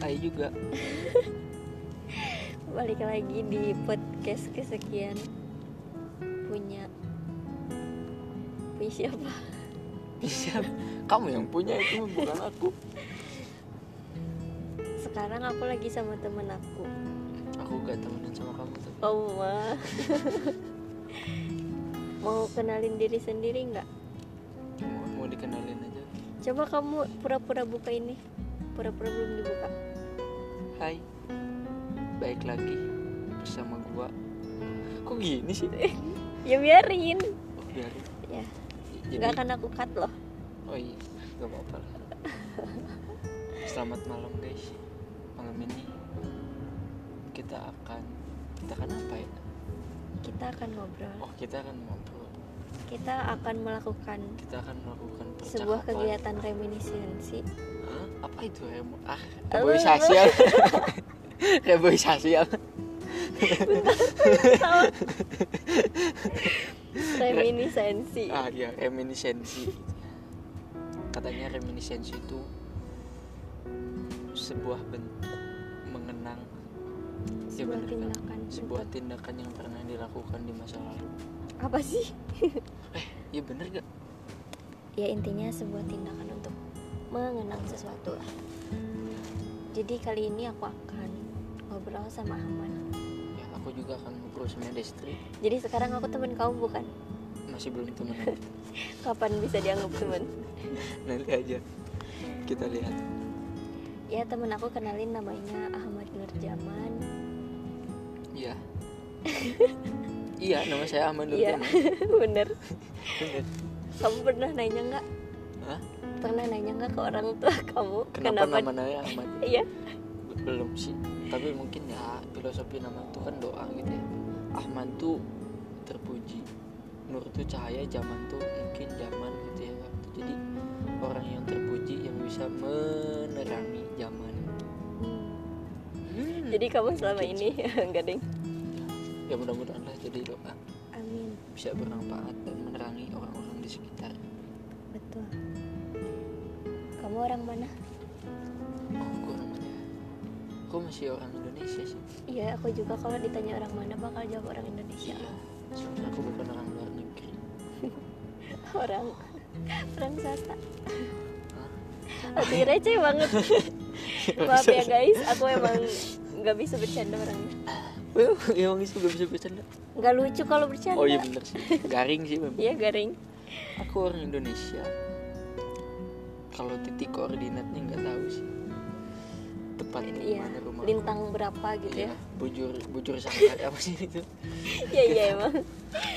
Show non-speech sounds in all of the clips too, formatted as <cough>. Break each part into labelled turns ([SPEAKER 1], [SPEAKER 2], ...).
[SPEAKER 1] tai juga <laughs>
[SPEAKER 2] balik lagi di podcast kesekian punya punya siapa
[SPEAKER 1] bisa kamu yang punya itu bukan aku
[SPEAKER 2] sekarang aku lagi sama temen aku
[SPEAKER 1] aku gak temenan sama kamu tuh
[SPEAKER 2] Allah <laughs> mau kenalin diri sendiri nggak
[SPEAKER 1] mau, mau dikenalin aja
[SPEAKER 2] coba kamu pura-pura buka ini pura-pura belum dibuka
[SPEAKER 1] hai baik lagi bersama gua kok gini sih
[SPEAKER 2] ya biarin
[SPEAKER 1] oh biarin
[SPEAKER 2] ya
[SPEAKER 1] jadi
[SPEAKER 2] nggak akan aku cut loh
[SPEAKER 1] oh iya gak apa-apa lah selamat malam guys malam ini kita akan kita akan apa ya
[SPEAKER 2] kita akan ngobrol
[SPEAKER 1] oh kita akan ngobrol
[SPEAKER 2] kita akan melakukan
[SPEAKER 1] kita akan melakukan
[SPEAKER 2] sebuah
[SPEAKER 1] percakapan.
[SPEAKER 2] kegiatan
[SPEAKER 1] <laughs>
[SPEAKER 2] reminiscensi
[SPEAKER 1] Hah? apa itu remo ah
[SPEAKER 2] Apa?
[SPEAKER 1] reboy sosial <laughs> reboy sosial
[SPEAKER 2] reminiscensi
[SPEAKER 1] ah ya reminiscensi katanya reminiscensi itu sebuah bentuk mengenang ya
[SPEAKER 2] sebuah
[SPEAKER 1] bener kan?
[SPEAKER 2] tindakan
[SPEAKER 1] sebuah tindakan yang pernah dilakukan di masa lalu
[SPEAKER 2] apa sih
[SPEAKER 1] ya bener gak
[SPEAKER 2] ya intinya sebuah tindakan untuk mengenang sesuatu lah jadi kali ini aku akan ngobrol sama Ahmad
[SPEAKER 1] ya aku juga akan ngobrol sama Destri
[SPEAKER 2] jadi sekarang aku teman kamu bukan
[SPEAKER 1] masih belum
[SPEAKER 2] <laughs>
[SPEAKER 1] temenan
[SPEAKER 2] kapan bisa dianggap teman
[SPEAKER 1] nanti aja kita lihat
[SPEAKER 2] ya teman aku kenalin namanya Ahmad Nurjaman
[SPEAKER 1] iya iya nama saya Ahmad
[SPEAKER 2] iya
[SPEAKER 1] Nurjaman
[SPEAKER 2] <laughs> bener
[SPEAKER 1] Bener.
[SPEAKER 2] kamu pernah nanya nggak
[SPEAKER 1] Hah?
[SPEAKER 2] pernah nanya nggak ke orang tua kamu
[SPEAKER 1] Kenapa, nama namanya Ahmad?
[SPEAKER 2] iya
[SPEAKER 1] Belum sih. Tapi mungkin ya filosofi nama tuh kan doa gitu ya. Ahmad tuh terpuji. Nur tuh cahaya zaman tuh mungkin zaman gitu ya. waktu. Jadi orang yang terpuji yang bisa menerangi zaman. Hmm.
[SPEAKER 2] jadi kamu selama ini <laughs> enggak deng
[SPEAKER 1] ya mudah-mudahan lah jadi doa
[SPEAKER 2] amin
[SPEAKER 1] bisa bermanfaat dan menerangi orang-orang di sekitar.
[SPEAKER 2] betul kamu orang mana
[SPEAKER 1] Oh, gue namanya. Gue masih orang Indonesia sih.
[SPEAKER 2] Iya, aku juga kalau ditanya orang mana bakal jawab orang Indonesia. <laughs>
[SPEAKER 1] Iya. Soalnya aku bukan orang luar negeri.
[SPEAKER 2] Orang orang Sata.
[SPEAKER 1] Hah?
[SPEAKER 2] Aku receh banget.
[SPEAKER 1] <laughs>
[SPEAKER 2] Maaf ya guys, aku emang nggak bisa bercanda orangnya.
[SPEAKER 1] Well, emang itu gak bisa bercanda.
[SPEAKER 2] Nggak lucu kalau bercanda.
[SPEAKER 1] Oh iya bener sih, garing sih memang.
[SPEAKER 2] Iya, garing.
[SPEAKER 1] Aku orang Indonesia. Kalau titik koordinatnya nggak tahu sih. Tepat di
[SPEAKER 2] Iya.
[SPEAKER 1] mana rumah.
[SPEAKER 2] Lintang berapa gitu ya?
[SPEAKER 1] Bujur bujur sangkar apa sih
[SPEAKER 2] <laughs>
[SPEAKER 1] itu?
[SPEAKER 2] Iya iya emang.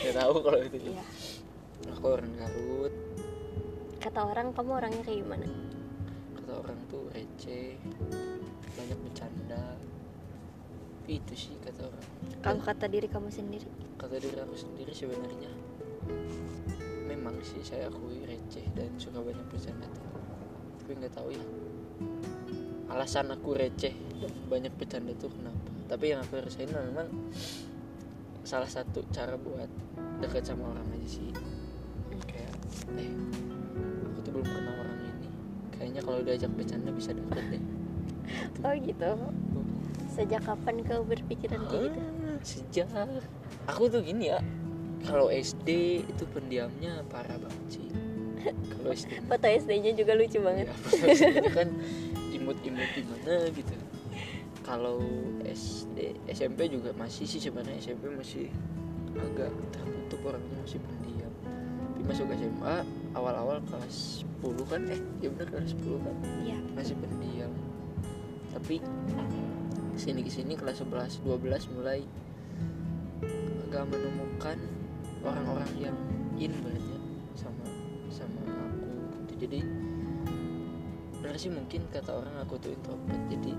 [SPEAKER 1] Nggak tahu kalau itu.
[SPEAKER 2] Iya.
[SPEAKER 1] Aku orang Garut.
[SPEAKER 2] Kata orang kamu orangnya kayak gimana?
[SPEAKER 1] Kata orang tuh receh, banyak bercanda. Itu sih kata orang.
[SPEAKER 2] Kalau kata diri kamu sendiri.
[SPEAKER 1] Kata diri aku sendiri sebenarnya memang sih saya akui receh dan suka banyak bercanda tuh. tapi nggak tahu ya alasan aku receh dan banyak bercanda tuh kenapa tapi yang aku rasain memang salah satu cara buat dekat sama orang aja sih kayak eh aku tuh belum kenal orang ini kayaknya kalau diajak bercanda bisa deket deh
[SPEAKER 2] Oh gitu. Sejak kapan kau berpikiran kayak gitu?
[SPEAKER 1] Ah, sejak aku tuh gini ya kalau SD itu pendiamnya parah banget
[SPEAKER 2] <laughs>
[SPEAKER 1] sih kalau SD mah,
[SPEAKER 2] Foto SD-nya juga lucu banget.
[SPEAKER 1] ya, maksudnya kan imut-imut gimana gitu kalau SD SMP juga masih sih sebenarnya SMP masih agak tertutup orangnya masih pendiam tapi masuk SMA awal-awal kelas 10 kan eh ya bener kelas 10 kan
[SPEAKER 2] Iya.
[SPEAKER 1] masih pendiam tapi sini kesini kelas 11 12 mulai agak menemukan orang-orang yang in banget ya sama sama aku gitu. jadi benar sih mungkin kata orang aku tuh introvert jadi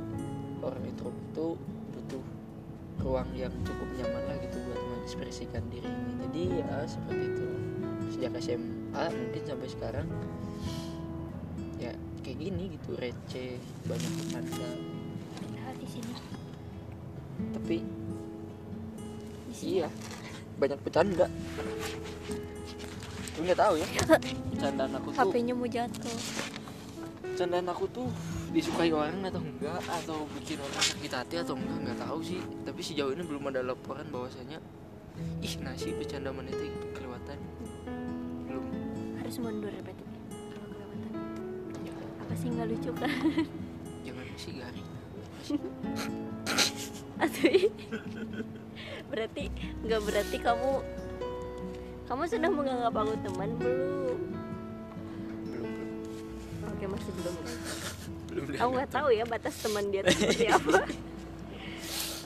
[SPEAKER 1] orang introvert tuh butuh ruang yang cukup nyaman lah gitu buat mengekspresikan dirinya jadi ya seperti itu sejak SMA mungkin sampai sekarang ya kayak gini gitu receh banyak bercanda Iya.
[SPEAKER 2] Padahal di sini.
[SPEAKER 1] tapi
[SPEAKER 2] Di sini.
[SPEAKER 1] iya banyak bercanda Tapi nggak tahu ya bercandaan aku tuh
[SPEAKER 2] HP-nya mau jatuh.
[SPEAKER 1] bercandaan aku tuh disukai orang atau enggak atau bikin orang sakit hati atau enggak nggak tahu sih tapi sejauh ini belum ada laporan bahwasanya ih nasi bercanda menit kelewatan belum
[SPEAKER 2] harus mundur berarti kalau kelewatan apa sih nggak lucu kan
[SPEAKER 1] Ya, jangan sih garing
[SPEAKER 2] <laughs> Asli. berarti nggak berarti kamu kamu sudah menganggap aku teman belum
[SPEAKER 1] belum belum
[SPEAKER 2] oke masih belum ya?
[SPEAKER 1] belum
[SPEAKER 2] aku nggak tahu ya batas teman dia tuh
[SPEAKER 1] <laughs>
[SPEAKER 2] seperti apa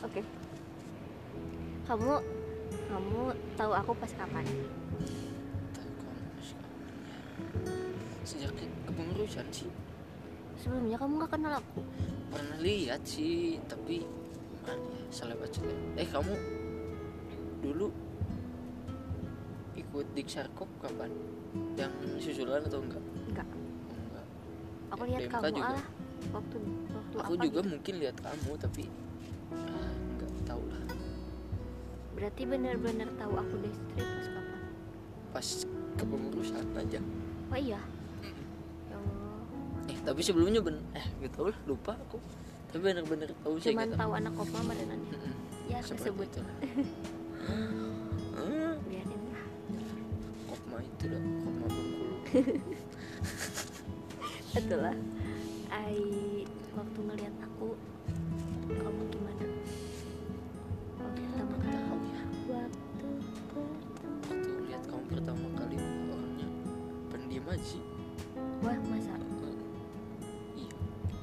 [SPEAKER 2] oke kamu kamu tahu aku pas kapan
[SPEAKER 1] Tahu kamu suka. sejak ke- kepengurusan sih
[SPEAKER 2] sebelumnya kamu nggak kenal aku
[SPEAKER 1] pernah lihat sih tapi mana ya, selebat selebat eh kamu dulu ikut diksarkop kapan yang susulan atau enggak
[SPEAKER 2] enggak
[SPEAKER 1] Oh, enggak
[SPEAKER 2] aku lihat
[SPEAKER 1] BMK
[SPEAKER 2] kamu
[SPEAKER 1] juga.
[SPEAKER 2] alah waktu waktu
[SPEAKER 1] aku
[SPEAKER 2] apa
[SPEAKER 1] juga
[SPEAKER 2] gitu.
[SPEAKER 1] mungkin lihat kamu tapi ah, enggak tahu lah
[SPEAKER 2] berarti benar-benar tahu aku dari street pas kapan
[SPEAKER 1] pas kepengurusan aja
[SPEAKER 2] oh iya ya Allah
[SPEAKER 1] eh tapi sebelumnya ben eh enggak tahu lah lupa aku tapi bener-bener tahu sih
[SPEAKER 2] cuman
[SPEAKER 1] enggak
[SPEAKER 2] tahu anak opma merenan
[SPEAKER 1] Mm-mm.
[SPEAKER 2] ya
[SPEAKER 1] Seperti
[SPEAKER 2] tersebut
[SPEAKER 1] itu. <laughs> Ah,
[SPEAKER 2] biarin lah
[SPEAKER 1] Kopma itu dah Kopma Bengkulu
[SPEAKER 2] itulah ai waktu ngelihat aku kamu gimana waktu pertama kali
[SPEAKER 1] tahu ya
[SPEAKER 2] waktu pertama
[SPEAKER 1] waktu lihat kamu pertama kali orangnya pendiam aja sih.
[SPEAKER 2] wah masa
[SPEAKER 1] Eh, iya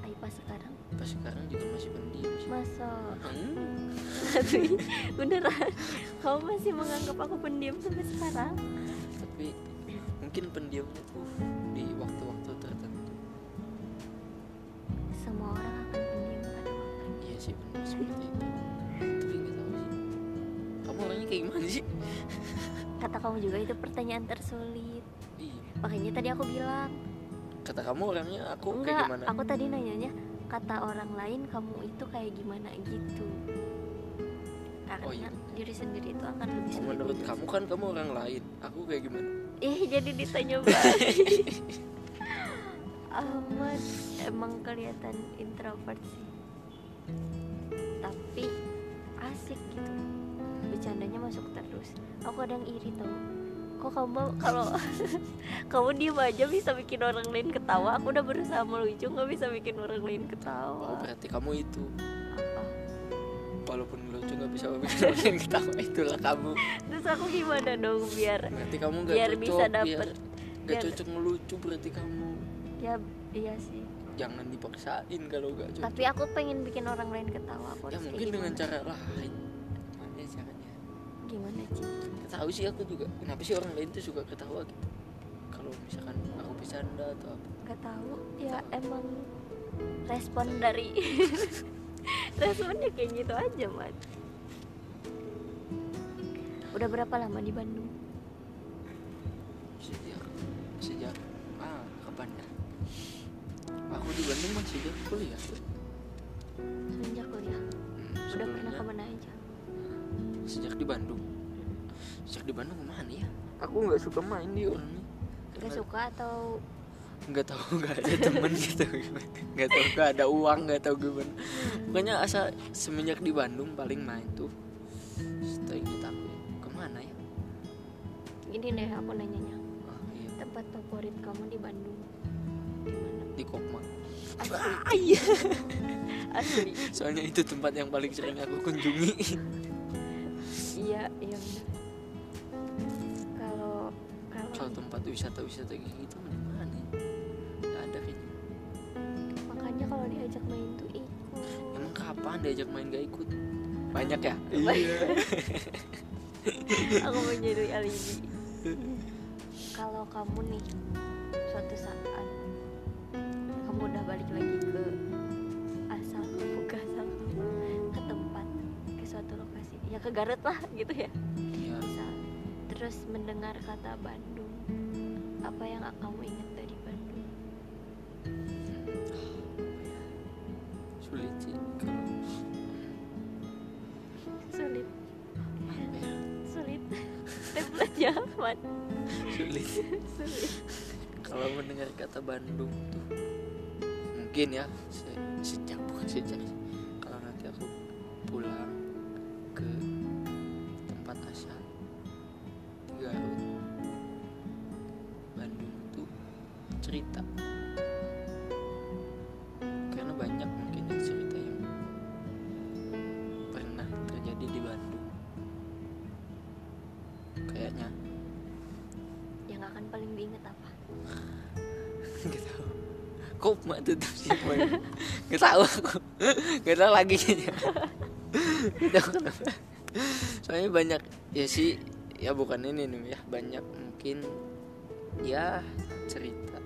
[SPEAKER 2] ai pas sekarang
[SPEAKER 1] pas sekarang juga masih pendiam sih
[SPEAKER 2] masa
[SPEAKER 1] Hmm,
[SPEAKER 2] tapi <laughs> beneran kamu masih menganggap aku pendiam sampai sekarang
[SPEAKER 1] tapi mungkin pendiamnya tuh uh, di waktu-waktu tertentu
[SPEAKER 2] semua orang akan pendiam pada waktunya
[SPEAKER 1] iya sih benar seperti itu tapi nggak tahu sih kamu orangnya kayak gimana sih
[SPEAKER 2] kata kamu juga itu pertanyaan tersulit
[SPEAKER 1] Iya.
[SPEAKER 2] makanya tadi aku bilang
[SPEAKER 1] kata kamu orangnya aku kayak
[SPEAKER 2] enggak
[SPEAKER 1] gimana
[SPEAKER 2] aku tadi nanyanya kata orang lain kamu itu kayak gimana gitu karena
[SPEAKER 1] Oh, iya.
[SPEAKER 2] diri sendiri itu akan lebih sulit
[SPEAKER 1] menurut
[SPEAKER 2] untuk-
[SPEAKER 1] kamu kan kamu orang lain aku kayak gimana
[SPEAKER 2] ih Iya, jadi
[SPEAKER 1] <laughs>
[SPEAKER 2] ditanya balik Ahmad emang kelihatan introvert sih tapi asik gitu bercandanya masuk terus aku kadang iri tau kok kamu kalau <laughs> kamu diem aja bisa bikin orang lain ketawa aku udah berusaha melucu nggak bisa bikin orang lain
[SPEAKER 1] oh
[SPEAKER 2] ketawa
[SPEAKER 1] berarti kamu itu
[SPEAKER 2] Apa?
[SPEAKER 1] walaupun lucu nggak bisa <laughs> bikin orang lain ketawa itulah kamu
[SPEAKER 2] terus aku gimana dong biar
[SPEAKER 1] berarti kamu nggak
[SPEAKER 2] Biar
[SPEAKER 1] cocok
[SPEAKER 2] bisa dapet.
[SPEAKER 1] biar nggak
[SPEAKER 2] Biar-
[SPEAKER 1] cocok ngelucu berarti kamu
[SPEAKER 2] ya iya sih
[SPEAKER 1] jangan dipaksain kalau nggak cocok
[SPEAKER 2] tapi aku pengen bikin orang lain ketawa aku harus
[SPEAKER 1] ya
[SPEAKER 2] kayak
[SPEAKER 1] mungkin dengan
[SPEAKER 2] gimana?
[SPEAKER 1] cara lain mana caranya
[SPEAKER 2] gimana sih
[SPEAKER 1] Nggak tahu sih aku juga kenapa sih orang lain tuh suka ketawa gitu kalau misalkan aku bercanda atau apa
[SPEAKER 2] nggak tahu ya emang respon dari <laughs> responnya kayak gitu aja man udah berapa lama di Bandung
[SPEAKER 1] sejak sejak ah kapan ya aku di Bandung masih dia kuliah Hmm, tuh.
[SPEAKER 2] semenjak kuliah
[SPEAKER 1] Hmm,
[SPEAKER 2] udah pernah
[SPEAKER 1] sebelumnya
[SPEAKER 2] kemana aja
[SPEAKER 1] sejak di Bandung sejak di Bandung kemana ya aku nggak suka main di orangnya
[SPEAKER 2] nggak suka atau
[SPEAKER 1] nggak tahu nggak ada temen gitu gimana. nggak tahu nggak ada uang nggak tahu gimana pokoknya asa semenjak di Bandung paling main tuh seingat aku kemana ya
[SPEAKER 2] gini deh aku nanyanya
[SPEAKER 1] ah, iya.
[SPEAKER 2] tempat favorit kamu di Bandung di mana
[SPEAKER 1] di Kopma
[SPEAKER 2] asli
[SPEAKER 1] iya
[SPEAKER 2] asli
[SPEAKER 1] soalnya itu tempat yang paling sering aku kunjungi
[SPEAKER 2] iya iya benar kalau kalau
[SPEAKER 1] kalau tempat wisata-wisata kayak gitu mah di mana ya? nggak ada gitu. kayaknya
[SPEAKER 2] makanya kalau diajak main tuh ikut
[SPEAKER 1] emang kapan diajak main gak ikut banyak ya
[SPEAKER 2] Iya. aku mau jadi alibi kalau kamu nih suatu saat kamu udah balik lagi ke asal kamu ke asal kamu ke tempat ke suatu lokasi ya ke Garut lah gitu ya
[SPEAKER 1] Iya.
[SPEAKER 2] misal terus mendengar kata Bandung apa yang kamu ingat dari Bandung
[SPEAKER 1] Ah, ya? sulit sih kalau
[SPEAKER 2] sulit
[SPEAKER 1] apa ya?
[SPEAKER 2] <laughs> sulit template-nya Mat.
[SPEAKER 1] sulit
[SPEAKER 2] sulit
[SPEAKER 1] kalau mendengar kata Bandung tuh mungkin mungkin ya se- sejak bukan sejak sih. kalau nanti aku pulang ke tempat asal Garut Bandung tuh cerita karena banyak mungkin ya cerita yang pernah terjadi di Bandung kayaknya
[SPEAKER 2] yang akan paling diingat apa
[SPEAKER 1] Gak tahu. Kok mak tutup sih mak? Gak tahu aku. Gak tahu lagi. Gak tahu kenapa. Soalnya banyak ya sih ya bukan ini nih ya banyak mungkin ya cerita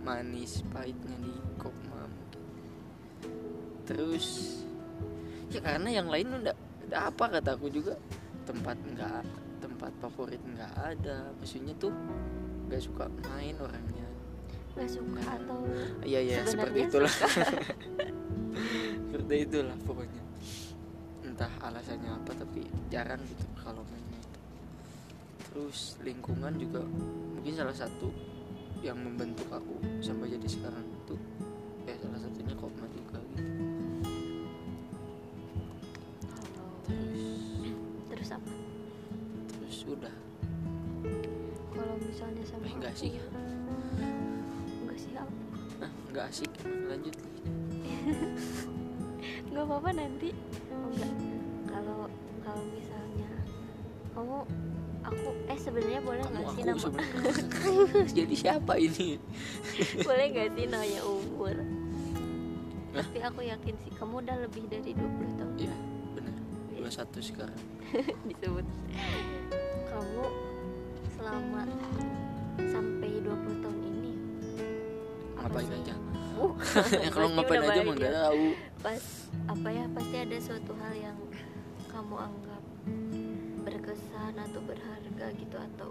[SPEAKER 1] manis pahitnya di Kopma mungkin. Terus ya karena yang lain udah udah apa kata aku juga tempat enggak tempat favorit nggak ada maksudnya tuh nggak suka main orangnya
[SPEAKER 2] nggak suka atau
[SPEAKER 1] Iya iya
[SPEAKER 2] Sebenarnya
[SPEAKER 1] seperti itulah. <laughs> seperti itulah pokoknya. Entah alasannya apa tapi jarang gitu kalau mainnya itu. Terus lingkungan juga mungkin salah satu yang membentuk aku sampai jadi sekarang itu ya salah satunya kopma juga gitu.
[SPEAKER 2] kalau
[SPEAKER 1] Terus
[SPEAKER 2] terus apa
[SPEAKER 1] terus udah
[SPEAKER 2] kalau misalnya sama
[SPEAKER 1] eh enggak
[SPEAKER 2] aku,
[SPEAKER 1] sih ya.
[SPEAKER 2] enggak sih apa
[SPEAKER 1] Ah, enggak asik lanjut.
[SPEAKER 2] nggak apa-apa nanti oh, enggak kalau kalau misalnya kamu aku eh sebenarnya boleh
[SPEAKER 1] Kamu
[SPEAKER 2] nggak sih
[SPEAKER 1] aku
[SPEAKER 2] nama
[SPEAKER 1] sebenarnya. jadi siapa ini?
[SPEAKER 2] <laughs> boleh nggak sih nanya umur
[SPEAKER 1] Hah?
[SPEAKER 2] tapi aku yakin sih kamu udah lebih dari 20 tahun <laughs>
[SPEAKER 1] Ya benar 21 sekarang.
[SPEAKER 2] disebut kamu selama sampai 20 tahun ini apa
[SPEAKER 1] Ngapain
[SPEAKER 2] sih?
[SPEAKER 1] aja?
[SPEAKER 2] Bukan,
[SPEAKER 1] <laughs> ya kalau
[SPEAKER 2] pasti
[SPEAKER 1] ngapain
[SPEAKER 2] udah
[SPEAKER 1] aja
[SPEAKER 2] balik ya.
[SPEAKER 1] mah nggak tahu
[SPEAKER 2] pas apa ya pasti ada suatu hal yang kamu anggap berkesan atau berharga gitu atau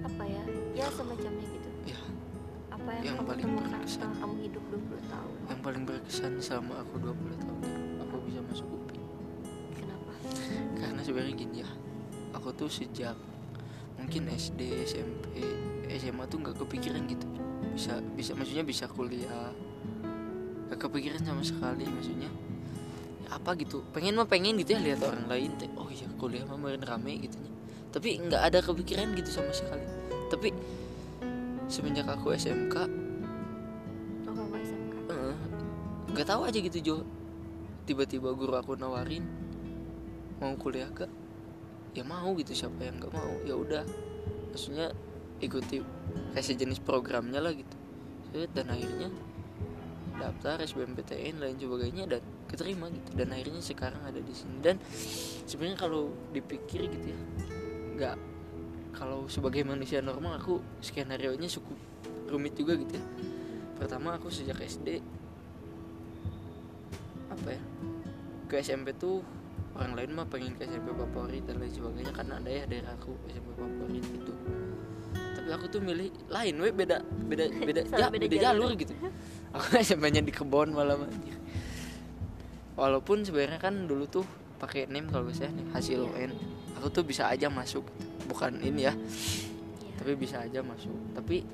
[SPEAKER 2] apa ya ya semacamnya gitu
[SPEAKER 1] ya
[SPEAKER 2] apa yang,
[SPEAKER 1] Yang
[SPEAKER 2] kamu
[SPEAKER 1] paling
[SPEAKER 2] temukan
[SPEAKER 1] berkesan.
[SPEAKER 2] setelah kamu hidup 20 tahun
[SPEAKER 1] yang paling berkesan selama aku 20 tahun itu aku bisa masuk UPI
[SPEAKER 2] kenapa
[SPEAKER 1] karena sebenarnya gini ya aku tuh sejak mungkin SD SMP SMA tuh nggak kepikiran gitu bisa bisa maksudnya bisa kuliah nggak kepikiran sama sekali maksudnya ya apa gitu pengen mah pengen gitu ya lihat orang lain teh oh iya kuliah mah kemarin rame gitu ya tapi nggak ada kepikiran gitu sama sekali tapi semenjak aku SMK
[SPEAKER 2] oh kamu SMK
[SPEAKER 1] Eh, nggak tahu aja gitu Jo tiba-tiba guru aku nawarin mau kuliah gak ya mau gitu siapa yang nggak mau ya udah maksudnya ikuti kayak sejenis programnya lah gitu Set, dan akhirnya daftar SBMPTN lain sebagainya dan keterima gitu dan akhirnya sekarang ada di sini dan sebenarnya kalau dipikir gitu ya nggak kalau sebagai manusia normal aku skenario nya cukup rumit juga gitu ya pertama aku sejak SD apa ya ke SMP tuh orang lain mah pengen ke SMP favorit dan lain sebagainya karena ada ya daerah aku SMP favorit gitu tapi aku tuh milih lain we beda beda
[SPEAKER 2] <laughs>
[SPEAKER 1] beda
[SPEAKER 2] Sama
[SPEAKER 1] ja-
[SPEAKER 2] beda
[SPEAKER 1] beda
[SPEAKER 2] jalur.
[SPEAKER 1] jalur gitu aku SMP nya di kebon malah anjir. walaupun sebenarnya kan dulu tuh pakai name kalau saya hasil
[SPEAKER 2] Iya,
[SPEAKER 1] UN
[SPEAKER 2] iya.
[SPEAKER 1] aku tuh bisa aja masuk gitu. bukan ini ya
[SPEAKER 2] Iya.
[SPEAKER 1] tapi bisa aja masuk tapi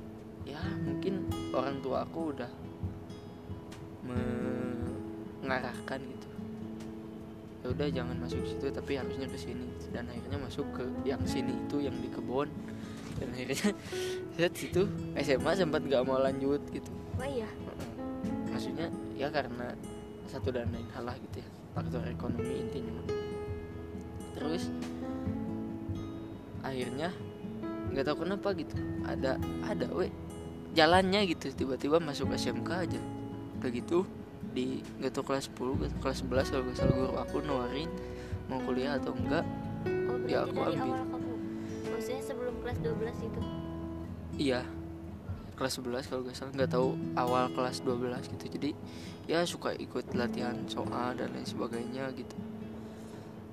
[SPEAKER 1] ya mungkin orang tua aku udah mengarahkan gitu ya udah jangan masuk situ tapi harusnya ke sini dan akhirnya masuk ke yang sini itu yang di kebon dan akhirnya <laughs> set situ SMA sempat gak mau lanjut gitu
[SPEAKER 2] oh iya
[SPEAKER 1] Mm-mm. maksudnya ya karena satu dan lain hal lah gitu ya faktor ekonomi intinya mah. terus akhirnya nggak tahu kenapa gitu ada ada we jalannya gitu tiba-tiba masuk SMK aja udah gitu di nggak tahu kelas 10 nggak tahu kelas 11 kalau nggak salah guru aku nawarin mau kuliah atau enggak
[SPEAKER 2] oh berarti
[SPEAKER 1] Ya, aku
[SPEAKER 2] dari
[SPEAKER 1] ambil.
[SPEAKER 2] awal kamu maksudnya sebelum kelas 12 itu
[SPEAKER 1] Iya kelas 11 kalau gak salah nggak tahu awal kelas 12 gitu jadi ya suka ikut latihan soal dan lain sebagainya gitu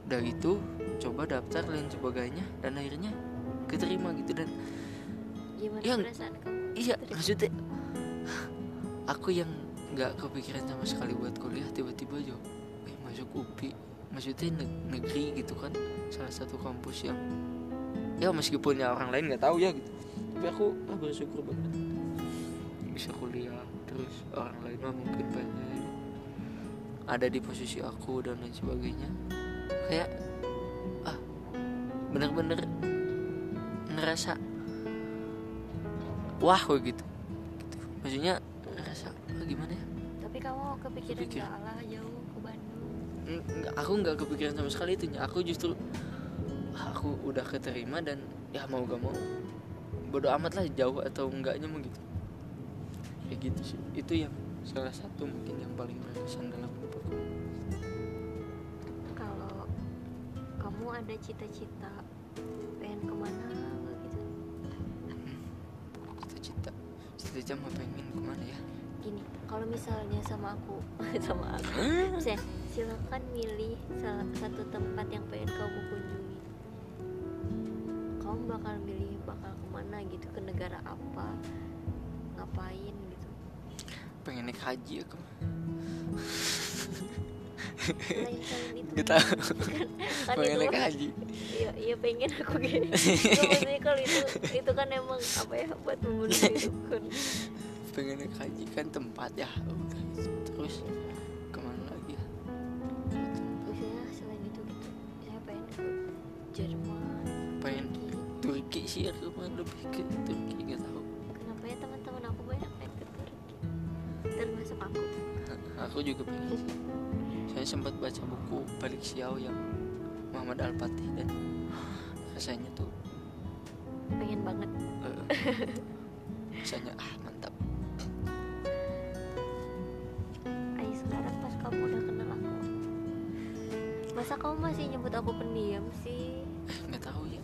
[SPEAKER 1] udah gitu coba daftar dan sebagainya dan akhirnya keterima gitu dan
[SPEAKER 2] gimana
[SPEAKER 1] Yang-
[SPEAKER 2] perasaan kamu
[SPEAKER 1] iya maksudnya aku yang nggak kepikiran sama sekali buat kuliah tiba-tiba jo eh, masuk UPI maksudnya ne- negeri gitu kan salah satu kampus yang ya meskipun ya orang lain nggak tahu ya gitu tapi aku ah, bersyukur banget bisa kuliah terus orang lain mah mungkin pengen ada di posisi aku dan lain sebagainya kayak ah bener-bener ngerasa wah we gitu, gitu. maksudnya ngerasa "Ah, gimana ya
[SPEAKER 2] tapi kamu kepikiran
[SPEAKER 1] Kepikir.
[SPEAKER 2] nggak alah jauh ke Bandung
[SPEAKER 1] Eng- enggak, aku nggak kepikiran sama sekali itu Nya. aku justru "Ah, aku udah keterima dan ya mau gak mau bodo amat lah jauh atau enggaknya mau gitu ya gitu sih itu yang salah satu mungkin yang paling berkesan dalam hidup aku
[SPEAKER 2] kalau kamu ada cita-cita pengen kemana gitu
[SPEAKER 1] cita-cita cita-cita mau pengen kemana ya
[SPEAKER 2] gini kalau misalnya sama aku <laughs> sama aku Saya, silakan milih salah satu tempat yang pengen kamu kunjungi kamu bakal milih bakal kemana gitu ke negara apa ngapain gitu
[SPEAKER 1] pengen naik haji ya, aku <laughs>
[SPEAKER 2] selain selain itu
[SPEAKER 1] Nggak tahu.
[SPEAKER 2] kan
[SPEAKER 1] <laughs> pengen
[SPEAKER 2] itu
[SPEAKER 1] naik
[SPEAKER 2] mah-
[SPEAKER 1] haji
[SPEAKER 2] iya iya pengen aku
[SPEAKER 1] <laughs>
[SPEAKER 2] gini Nggak, maksudnya kalau itu itu kan emang apa ya buat
[SPEAKER 1] <laughs>
[SPEAKER 2] membunuh itu kan
[SPEAKER 1] pengen naik haji kan tempat ya Udah. terus kemana lagi ya
[SPEAKER 2] misalnya selain itu gitu saya pengen ke Jerman
[SPEAKER 1] pengen
[SPEAKER 2] Turki.
[SPEAKER 1] Turki sih aku pengen lebih ke Turki nggak tahu
[SPEAKER 2] kenapa ya teman-teman aku banyak pengen ke Turki termasuk aku <laughs>
[SPEAKER 1] aku juga pengen sih saya sempat baca buku Balik Siau yang Muhammad Al Fatih dan rasanya tuh
[SPEAKER 2] pengen banget <laughs>
[SPEAKER 1] eh, rasanya ah mantap
[SPEAKER 2] Ayo sekarang pas kamu udah kenal aku Masa kamu masih nyebut aku pendiam sih?
[SPEAKER 1] Eh, nggak tahu ya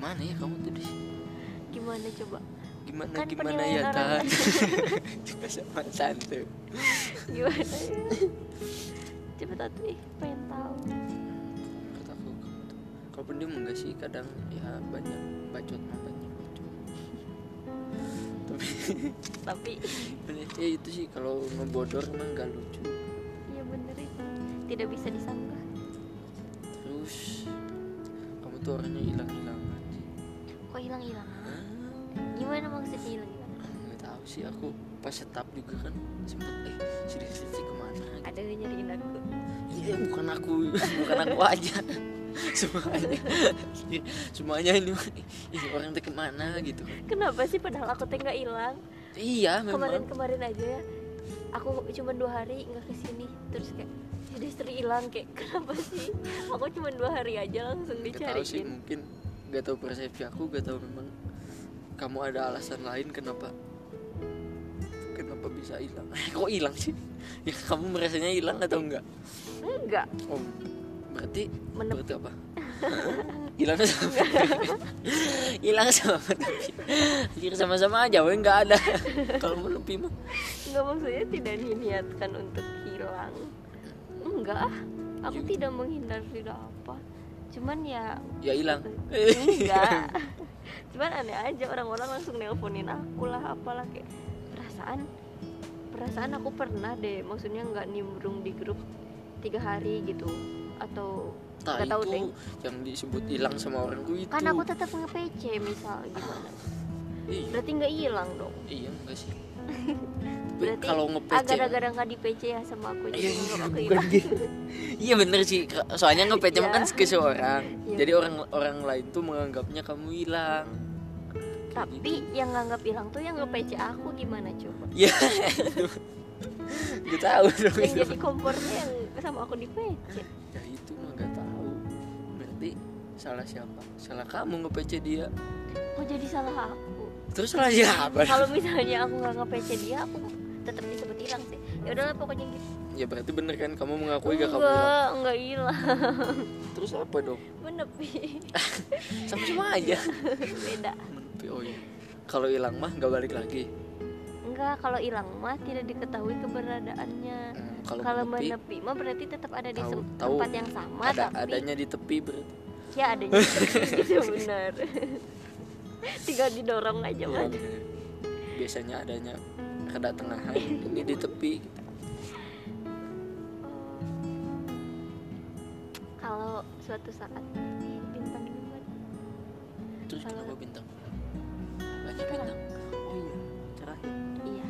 [SPEAKER 1] gimana ya kamu tuh Dis?
[SPEAKER 2] Gimana coba? <laughs>
[SPEAKER 1] gimana
[SPEAKER 2] Kan
[SPEAKER 1] gimana
[SPEAKER 2] penilaian
[SPEAKER 1] ya
[SPEAKER 2] orang <laughs>
[SPEAKER 1] tan juga sama santai
[SPEAKER 2] Gimana <laughs> ya? Cepet atuh ih, pengen tahu
[SPEAKER 1] kataku kalau pendiam enggak sih kadang ya banyak bacot mah banyak bacot <laughs> tapi <laughs>
[SPEAKER 2] Tapi
[SPEAKER 1] ya itu sih kalau ngebodor mah nggak lucu
[SPEAKER 2] ya bener itu Tidak bisa disanggah
[SPEAKER 1] terus kamu tuh orangnya hilang hilangan sih
[SPEAKER 2] Kok hilang-hilang?
[SPEAKER 1] Hah?
[SPEAKER 2] Gimana maksudnya hilang-hilang?
[SPEAKER 1] nggak tahu sih aku pas setap juga kan sempet eh sedih sedih kemana
[SPEAKER 2] Ada yang nyariin aku
[SPEAKER 1] iya bukan aku bukan aku aja <laughs> semuanya semuanya ini ini orang tuh kemana gitu kan
[SPEAKER 2] Kenapa sih padahal aku teh nggak hilang?
[SPEAKER 1] iya memang
[SPEAKER 2] Kemarin-kemarin aja ya Aku cuma dua hari nggak kesini Terus kayak jadi istri hilang kayak <laughs> kenapa sih aku cuma dua hari aja langsung
[SPEAKER 1] nggak tahu sih
[SPEAKER 2] dicariin
[SPEAKER 1] mungkin nggak tahu persepsi aku nggak tahu memang kamu ada alasan lain kenapa kenapa bisa hilang <laughs> kok hilang sih ya kamu merasanya hilang atau enggak
[SPEAKER 2] enggak
[SPEAKER 1] om berarti
[SPEAKER 2] Menep-
[SPEAKER 1] berarti
[SPEAKER 2] <laughs>
[SPEAKER 1] apa hilang sama hilang sama menepi Anjir, sama-sama aja we nggak ada kalau menepi mah
[SPEAKER 2] Enggak maksudnya tidak diniatkan untuk hilang Enggak ah Aku
[SPEAKER 1] Ju-
[SPEAKER 2] tidak menghindar tidak apa Cuman ya
[SPEAKER 1] ya hilang
[SPEAKER 2] Enggak Cuman aneh aja orang-orang langsung nelponin aku lah apalah kayak Perasaan Perasaan aku pernah deh Maksudnya nggak nimbrung di grup Tiga hari gitu Atau
[SPEAKER 1] tak
[SPEAKER 2] Nggak tahu
[SPEAKER 1] itu
[SPEAKER 2] deh.
[SPEAKER 1] yang disebut hilang sama orang itu
[SPEAKER 2] Kan aku tetap nge-PC misal gimana
[SPEAKER 1] iya
[SPEAKER 2] Berarti nggak hilang dong
[SPEAKER 1] iya enggak
[SPEAKER 2] <laughs>
[SPEAKER 1] sih Tapi
[SPEAKER 2] Berarti
[SPEAKER 1] kalau nge-PC
[SPEAKER 2] Agak-agak nggak di PC ya sama aku
[SPEAKER 1] Iya,
[SPEAKER 2] Jadi <laughs>
[SPEAKER 1] iya,
[SPEAKER 2] nggak
[SPEAKER 1] bukan
[SPEAKER 2] kehilangan
[SPEAKER 1] gitu. Iya bener sih, Kak. soalnya ngepecem
[SPEAKER 2] Iya.
[SPEAKER 1] kan ke seorang.
[SPEAKER 2] Iya.
[SPEAKER 1] Jadi orang orang lain tuh menganggapnya kamu hilang. Kayak
[SPEAKER 2] Tapi yang nganggap hilang tuh yang nge-PC aku gimana coba
[SPEAKER 1] gitu. ya itu. Gak tahu dong
[SPEAKER 2] <laughs> yang
[SPEAKER 1] itu.
[SPEAKER 2] jadi kompornya yang sama aku di PC
[SPEAKER 1] Ya itu mah gak tahu. Berarti salah siapa? Salah kamu ngepece dia.
[SPEAKER 2] kok jadi salah aku
[SPEAKER 1] Terus salah siapa?
[SPEAKER 2] kalau misalnya aku nggak nge-PC dia aku tetap disebut hilang sih ya udahlah pokoknya gitu
[SPEAKER 1] Ya berarti bener kan kamu mengakui gak kamu hilang.
[SPEAKER 2] enggak enggak hilang
[SPEAKER 1] Terus apa dong?
[SPEAKER 2] menepi <laughs>
[SPEAKER 1] Sama sama aja.
[SPEAKER 2] beda
[SPEAKER 1] Menepi, Oh iya. Kalau hilang mah gak balik lagi.
[SPEAKER 2] enggak kalau hilang mah tidak diketahui keberadaannya
[SPEAKER 1] Hmm,
[SPEAKER 2] kalau
[SPEAKER 1] Kalau menepi
[SPEAKER 2] menepi mah berarti tetap ada di
[SPEAKER 1] Tahu,
[SPEAKER 2] sem-
[SPEAKER 1] tahu.
[SPEAKER 2] tempat yang sama
[SPEAKER 1] ada
[SPEAKER 2] tapi
[SPEAKER 1] adanya di tepi berarti.
[SPEAKER 2] ya
[SPEAKER 1] <laughs>
[SPEAKER 2] adanya gitu benar <laughs> tinggal didorong aja
[SPEAKER 1] Ya,
[SPEAKER 2] mah
[SPEAKER 1] bener. biasanya adanya rada tengahan ini di tepi
[SPEAKER 2] kalau suatu saat ih, bintang lima
[SPEAKER 1] terus
[SPEAKER 2] Kalau-
[SPEAKER 1] kenapa bintang banyak bintang oh iya cerah
[SPEAKER 2] iya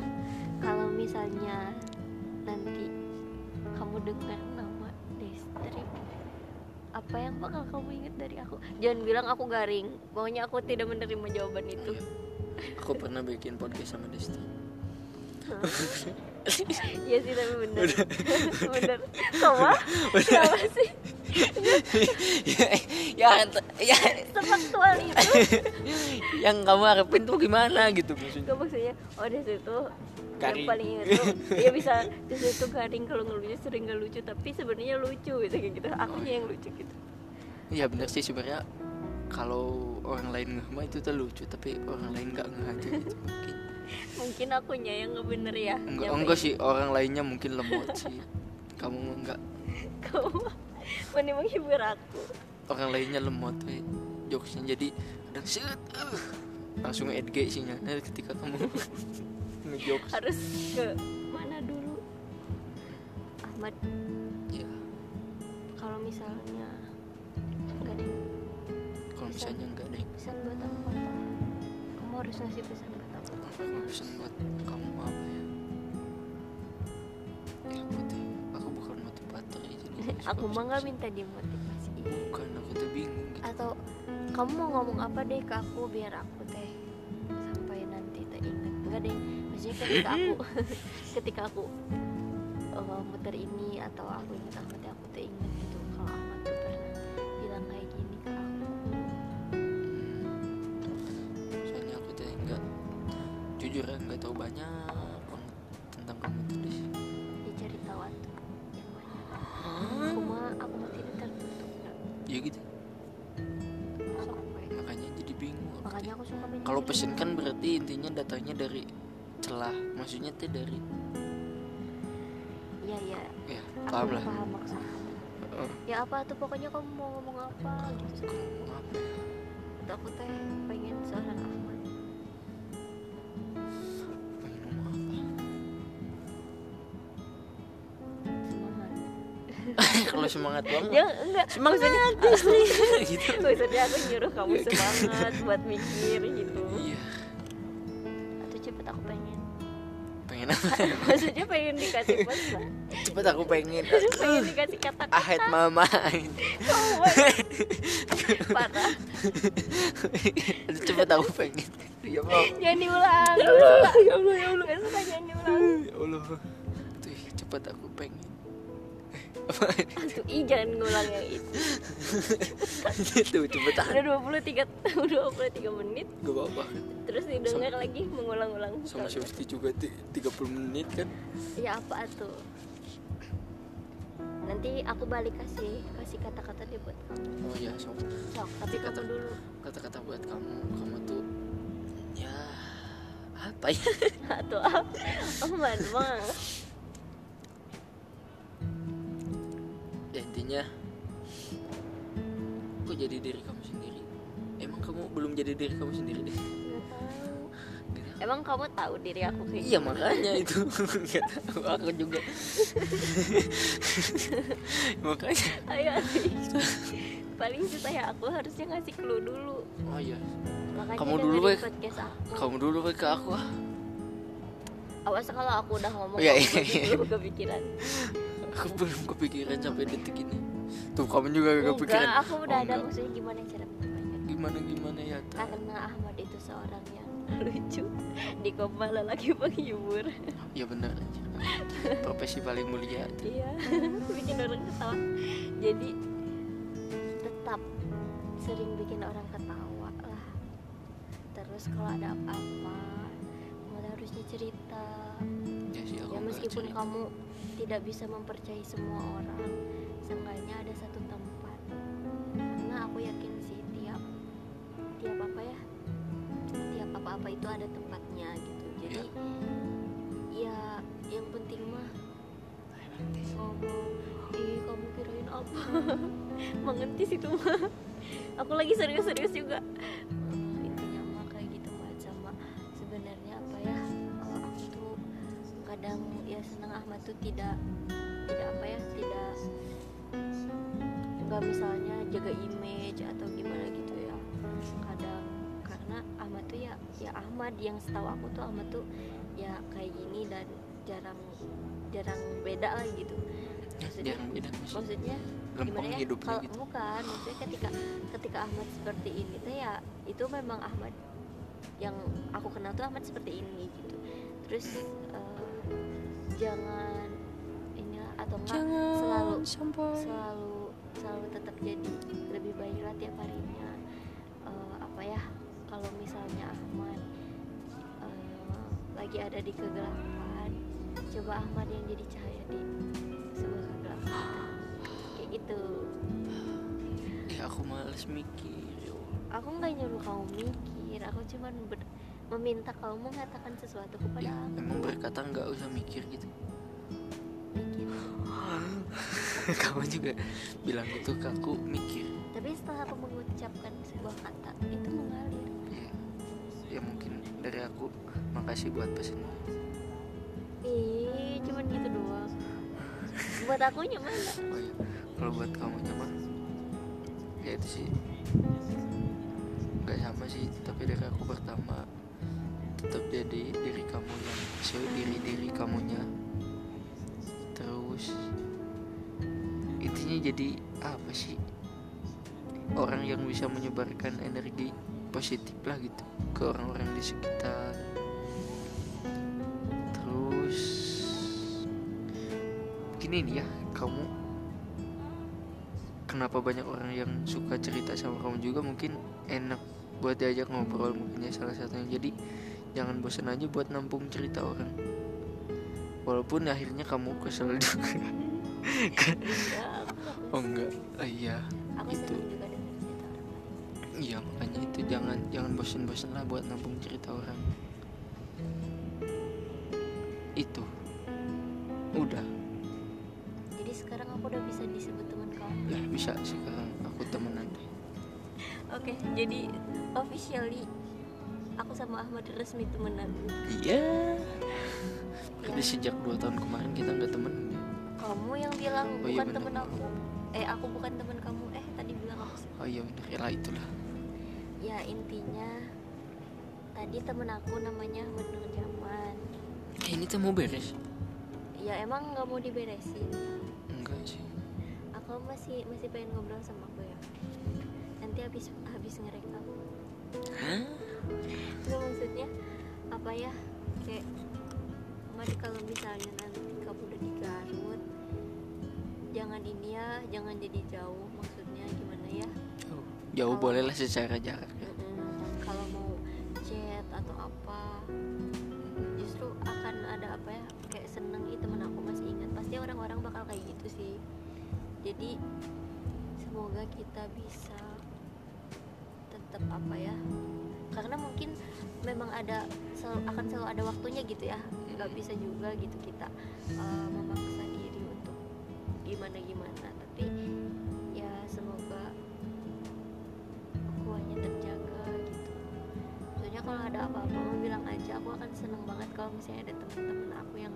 [SPEAKER 2] apa yang bakal kamu ingat dari aku jangan bilang aku garing pokoknya aku tidak menerima jawaban itu
[SPEAKER 1] Iya. aku pernah bikin podcast sama Desti
[SPEAKER 2] Iya sih tapi bener <laughs> bener sama sama sih
[SPEAKER 1] <laughs> ya ent- ya
[SPEAKER 2] sefaktual itu
[SPEAKER 1] yang kamu harapin tuh gimana gitu maksudnya
[SPEAKER 2] Gak maksudnya oh di situ
[SPEAKER 1] Garing.
[SPEAKER 2] yang paling ingat tuh dia bisa di situ garing kalau ngelucu sering gak lucu tapi sebenarnya lucu gitu kayak gitu akunya yang lucu gitu
[SPEAKER 1] ya bener sih sebenarnya kalau orang lain ngeh mah itu tuh lucu tapi orang lain nggak ngeh aja gitu mungkin
[SPEAKER 2] mungkin akunya yang nggak bener ya
[SPEAKER 1] enggak
[SPEAKER 2] Nyampe-
[SPEAKER 1] enggak sih orang lainnya mungkin lemot sih kamu mah enggak
[SPEAKER 2] kamu <laughs> mending menghibur aku
[SPEAKER 1] orang lainnya lemot we. jokesnya jadi kadang set eh, langsung edg sinyalnya ketika kamu <laughs> ngejokes
[SPEAKER 2] harus ke mana dulu Ahmad
[SPEAKER 1] ya
[SPEAKER 2] kalau misalnya nggak ada yang
[SPEAKER 1] kalau misalnya enggak deh
[SPEAKER 2] pesan buat aku apa kamu harus ngasih pesan buat aku <laughs>
[SPEAKER 1] apa yang pesan buat kamu apa ya ya aku tuh aku bukan motivator ya, jadi harus
[SPEAKER 2] aku
[SPEAKER 1] bagus
[SPEAKER 2] mah nggak
[SPEAKER 1] pesan.
[SPEAKER 2] minta dimotivasi
[SPEAKER 1] bukan aku tuh bingung gitu
[SPEAKER 2] atau kamu mau ngomong apa deh ke aku biar aku teh sampai nanti teh ingat nggak deh maksudnya ketika
[SPEAKER 1] <laughs>
[SPEAKER 2] aku <laughs> ketika aku eh, muter ini atau aku ingat Ahmad ya aku teh ingat gitu kalau Ahmad tuh pernah bilang kayak gini ke aku
[SPEAKER 1] Hmm. soalnya aku tuh enggak jujur ya enggak tahu banyak banget tentang kamu tuh Des.
[SPEAKER 2] ya cari tahu atuh yang banyak aku mah aku mah tidak tertutup nggak
[SPEAKER 1] ya gitu
[SPEAKER 2] sok baik.
[SPEAKER 1] makanya jadi bingung aku
[SPEAKER 2] makanya
[SPEAKER 1] tuh.
[SPEAKER 2] aku suka mikir
[SPEAKER 1] kalau pesen kan berarti intinya datangnya dari celah maksudnya tuh dari
[SPEAKER 2] iya iya
[SPEAKER 1] ya paham
[SPEAKER 2] aku
[SPEAKER 1] lah
[SPEAKER 2] paham maksudnya
[SPEAKER 1] Oh,
[SPEAKER 2] ya apa tuh pokoknya kamu mau ngomong apa gitu
[SPEAKER 1] kamu mau apa ya?
[SPEAKER 2] aku teh pengen seorang Ahmad
[SPEAKER 1] pengen ngomong
[SPEAKER 2] semangat
[SPEAKER 1] apa <laughs> kalau semangat banget
[SPEAKER 2] ya enggak
[SPEAKER 1] semangat
[SPEAKER 2] <laughs>
[SPEAKER 1] gitu
[SPEAKER 2] maksudnya aku nyuruh kamu semangat buat mikir gitu
[SPEAKER 1] iya
[SPEAKER 2] atau cepet aku pengen
[SPEAKER 1] pengen apa
[SPEAKER 2] <laughs> maksudnya pengen dikasih pesan
[SPEAKER 1] cepet aku pengen
[SPEAKER 2] pengen dikasih kata-kata
[SPEAKER 1] I hate mama
[SPEAKER 2] <laughs> parah
[SPEAKER 1] Aduh, cepet aku pengen ya Allah
[SPEAKER 2] jangan diulang Gak suka ya Allah ya Allah suka jangan diulang
[SPEAKER 1] ya Allah tuh cepet aku pengen Eh, apa <laughs>
[SPEAKER 2] Aduh, ih jangan ngulang yang itu
[SPEAKER 1] tuh Gitu, cepet aku
[SPEAKER 2] Udah 23, <laughs> udah 23 menit
[SPEAKER 1] gak apa-apa
[SPEAKER 2] Terus didengar lagi mengulang-ulang
[SPEAKER 1] sama
[SPEAKER 2] sekali.
[SPEAKER 1] Softy juga ti- 30 menit kan
[SPEAKER 2] Ya apa tuh Nanti aku balik kasih kasih kata-kata deh buat kamu
[SPEAKER 1] oh ya Sob.
[SPEAKER 2] Sok, tapi kamu
[SPEAKER 1] Kata-
[SPEAKER 2] dulu
[SPEAKER 1] kata-kata buat kamu kamu tuh ya apa ya
[SPEAKER 2] Atau apa? Oh, man, man.
[SPEAKER 1] ya intinya kok jadi diri kamu sendiri emang kamu belum jadi diri kamu sendiri deh
[SPEAKER 2] Nggak tahu. Emang kamu tahu diri aku kayak
[SPEAKER 1] iya makanya itu <laughs> nggak tahu aku juga <laughs> makanya
[SPEAKER 2] Ayo Paling susah ya aku harusnya ngasih clue dulu
[SPEAKER 1] oh iya
[SPEAKER 2] Makanya
[SPEAKER 1] Kamu dulu, eh.
[SPEAKER 2] dengerin
[SPEAKER 1] Weh.
[SPEAKER 2] podcast aku
[SPEAKER 1] kamu dulu Wei, ke aku ah
[SPEAKER 2] Awas kalau aku udah ngomong
[SPEAKER 1] Iya,
[SPEAKER 2] aku
[SPEAKER 1] iya, iya.
[SPEAKER 2] dulu kepikiran
[SPEAKER 1] aku belum kepikiran sampai detik ini tuh kamu juga gak kepikiran
[SPEAKER 2] Enggak, aku udah
[SPEAKER 1] Oh,
[SPEAKER 2] ada
[SPEAKER 1] enggak.
[SPEAKER 2] maksudnya gimana cara menyamainya
[SPEAKER 1] gimana gimana ya Ta?
[SPEAKER 2] Karena Ahmad itu seorang yang <laughs> lucu Di koma lelaki penghibur
[SPEAKER 1] ya benar anjir. profesi paling mulia itu
[SPEAKER 2] Iya, <laughs> bikin orang ketawa Jadi tetap sering bikin orang ketawa lah Terus kalau ada apa-apa Kamu harusnya cerita
[SPEAKER 1] ya sih
[SPEAKER 2] Ya
[SPEAKER 1] aku nggak
[SPEAKER 2] meskipun
[SPEAKER 1] cerita.
[SPEAKER 2] kamu tidak bisa mempercayai semua orang Seenggaknya ada satu tempat Karena aku yakin sih tiap Tiap apa ya Tiap apa-apa itu ada tempatnya gitu Jadi ya yang penting mah ngomong ih kamu kirain apa <laughs> mengentis itu mah aku lagi serius-serius juga Eh, intinya mah kayak gitu mah sama sebenarnya apa ya eh, aku tuh kadang ya senang Ahmad tuh tidak tidak apa ya tidak nggak misalnya jaga image atau gimana gitu ya kadang karena Ahmad tuh ya ya Ahmad yang setahu aku tuh Ahmad tuh ya kayak gini dan jarang jarang beda lah gitu maksudnya
[SPEAKER 1] Jangan beda maksud
[SPEAKER 2] maksudnya
[SPEAKER 1] lempeng
[SPEAKER 2] gimana ya
[SPEAKER 1] hidupnya
[SPEAKER 2] kalau
[SPEAKER 1] gitu
[SPEAKER 2] bukan maksudnya ketika ketika Ahmad seperti ini tuh ya itu memang Ahmad yang aku kenal tuh Ahmad seperti ini gitu terus eh, jangan inilah atau enggak selalu selalu selalu tetap jadi lebih baiklah tiap harinya Eh, apa ya kalau misalnya Ahmad eh, lagi ada di kegelapan coba Ahmad yang jadi cahaya di sebuah kegelapan kayak gitu
[SPEAKER 1] eh aku males mikir ya Allah.
[SPEAKER 2] aku nggak nyuruh kamu mikir aku cuman ber- meminta kamu mengatakan sesuatu kepada
[SPEAKER 1] ya
[SPEAKER 2] aku
[SPEAKER 1] emang berkata nggak usah mikir gitu <laughs>
[SPEAKER 2] mikir
[SPEAKER 1] kamu juga bilang gitu ke aku mikir
[SPEAKER 2] tapi setelah aku mengucapkan sebuah kata itu mengalir
[SPEAKER 1] ya, ya mungkin dari aku makasih buat pesennya
[SPEAKER 2] ih cuman gitu doang buat aku nyaman
[SPEAKER 1] Oh iya, kalau buat kamu nyaman ya itu sih nggak sama sih tapi dari aku pertama tetap jadi diri kamu yang sesuai diri diri kamunya terus intinya jadi apa sih orang yang bisa menyebarkan energi positif lah gitu ke orang-orang di sekitar terus gini nih ya kamu kenapa banyak orang yang suka cerita sama kamu juga mungkin enak buat diajak ngobrol mungkin ya salah satunya jadi jangan bosan aja buat nampung cerita orang walaupun akhirnya kamu kesel <laughs> juga
[SPEAKER 2] ya <laughs> aku nggak
[SPEAKER 1] oh
[SPEAKER 2] bisa.
[SPEAKER 1] enggak Ah, iya
[SPEAKER 2] aku
[SPEAKER 1] gitu.
[SPEAKER 2] senang juga dengan cerita orang lain
[SPEAKER 1] iya makanya itu jangan jangan bosan-bosan lah buat nampung cerita orang itu udah
[SPEAKER 2] jadi sekarang aku udah bisa disebut teman kamu
[SPEAKER 1] ya bisa sekarang aku temenan
[SPEAKER 2] oke jadi officially aku sama Ahmad resmi temenan
[SPEAKER 1] iya
[SPEAKER 2] Iya.
[SPEAKER 1] berarti sejak dua tahun kemarin kita nggak ya? temen
[SPEAKER 2] kamu yang bilang
[SPEAKER 1] Oh iya,
[SPEAKER 2] bukan
[SPEAKER 1] bener.
[SPEAKER 2] temen aku eh aku bukan temen kamu eh tadi bilang aku
[SPEAKER 1] oh iya bener ya lah itulah
[SPEAKER 2] ya intinya tadi temen aku namanya Ahmad Nurjaman
[SPEAKER 1] Eh, ini tuh mau beres
[SPEAKER 2] ya emang nggak mau diberesin
[SPEAKER 1] enggak sih
[SPEAKER 2] aku masih masih pengen ngobrol sama aku ya nanti habis habis ngerekam nggak
[SPEAKER 1] Hah?
[SPEAKER 2] Gitu, maksudnya apa ya kayak mari kalau misalnya nanti kamu udah di Garut jangan ini ya jangan jadi jauh maksudnya gimana ya
[SPEAKER 1] jauh jauh
[SPEAKER 2] Kalau-
[SPEAKER 1] boleh lah secara jarak ya.
[SPEAKER 2] Mm-mm. kalau mau chat atau apa justru akan ada apa ya kayak seneng itu temen aku masih ingat pasti orang-orang bakal kayak gitu sih jadi semoga kita bisa tetap apa ya karena mungkin memang ada sel- akan selalu ada waktunya gitu ya nggak bisa juga gitu kita eh, memaksa diri untuk gimana gimana tapi ya semoga kuahnya terjaga gitu maksudnya kalau ada apa-apa mau bilang aja aku akan seneng banget kalau misalnya ada teman-teman aku yang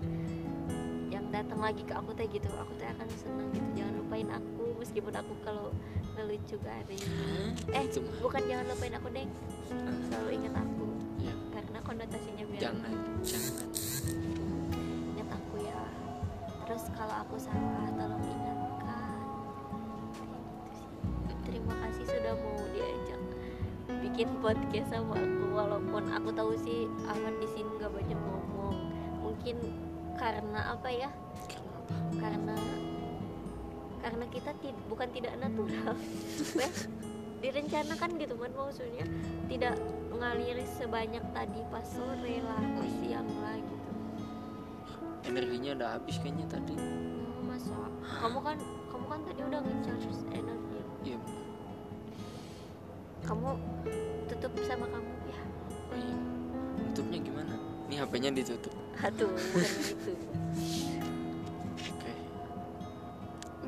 [SPEAKER 2] yang datang lagi ke aku teh gitu aku teh akan seneng gitu jangan lupain aku meskipun aku kalau ngelucu garing eh
[SPEAKER 1] itu mah
[SPEAKER 2] bukan jangan lupain aku deh selalu ingat aku
[SPEAKER 1] Ya.
[SPEAKER 2] karena konotasinya biar
[SPEAKER 1] jangan jangan
[SPEAKER 2] ingat aku ya terus kalau aku salah tolong ingatkan Kayak gitu sih. terima kasih sudah mau diajak bikin podcast sama aku walaupun aku tahu sih Ahmad di sini nggak banyak ngomong mungkin karena apa ya karena karena kita ti- bukan tidak natural <laughs> Weh, direncanakan gitu kan maksudnya tidak ngalir sebanyak tadi pas sore lah pas siang lah gitu
[SPEAKER 1] energinya udah habis kayaknya tadi
[SPEAKER 2] Hmm, masa kamu kan kamu kan tadi udah ngecharge energi
[SPEAKER 1] iya bener.
[SPEAKER 2] kamu tutup sama kamu ya
[SPEAKER 1] oh iya tutupnya gimana ini HP-nya ditutup
[SPEAKER 2] <laughs> aduh bukan gitu
[SPEAKER 1] Oke.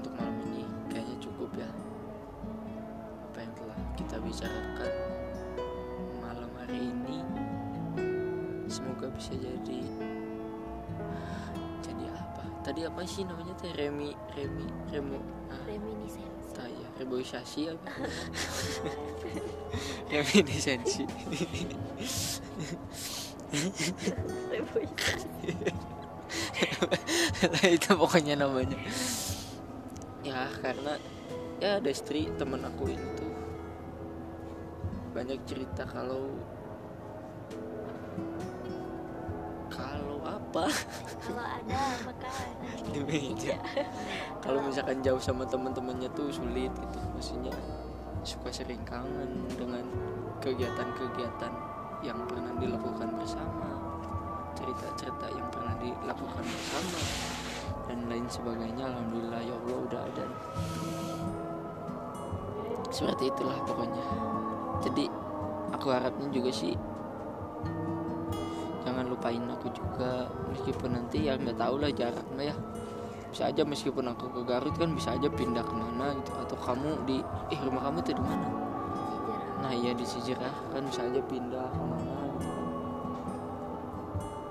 [SPEAKER 1] Untuk malam ini kayaknya cukup ya. Apa yang telah kita bicarakan malam hari ini semoga bisa jadi jadi apa? Tadi apa sih namanya teh Remi Remi Remo ah,
[SPEAKER 2] reminiscensi
[SPEAKER 1] tah, ya, reboisasi apa? <laughs> Reminiscensi.
[SPEAKER 2] reminiscensi
[SPEAKER 1] Nah, itu pokoknya namanya. ya karena ya Destri temen aku ini tuh banyak cerita kalau kalau apa
[SPEAKER 2] kalau ada makanan
[SPEAKER 1] <laughs> di meja kalau misalkan jauh sama teman-temannya tuh sulit gitu maksudnya suka sering kangen dengan kegiatan-kegiatan yang pernah dilakukan bersama cerita-cerita yang pernah dilakukan bersama dan lain sebagainya alhamdulillah ya Allah udah ada seperti itulah pokoknya jadi aku harapnya juga sih jangan lupain aku juga meskipun nanti ya nggak tahu lah jaraknya ya bisa aja meskipun aku ke Garut kan bisa aja pindah kemana gitu atau kamu di eh rumah kamu tuh di mana nah iya di Cijerah kan bisa aja pindah kemana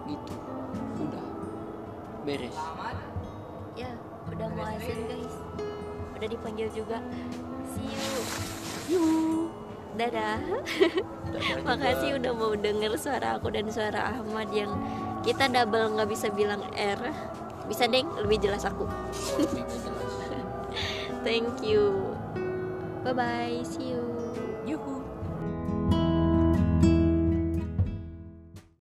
[SPEAKER 1] gitu kan gitu udah beres
[SPEAKER 2] ya udah mau azan guys udah dipanggil juga see you dadah
[SPEAKER 1] Dadah
[SPEAKER 2] makasih
[SPEAKER 1] juga.
[SPEAKER 2] udah mau denger suara aku dan suara Ahmad yang kita double nggak bisa bilang R bisa deng lebih jelas aku
[SPEAKER 1] Lebih jelas.
[SPEAKER 2] thank you bye bye see you
[SPEAKER 1] Yuhu.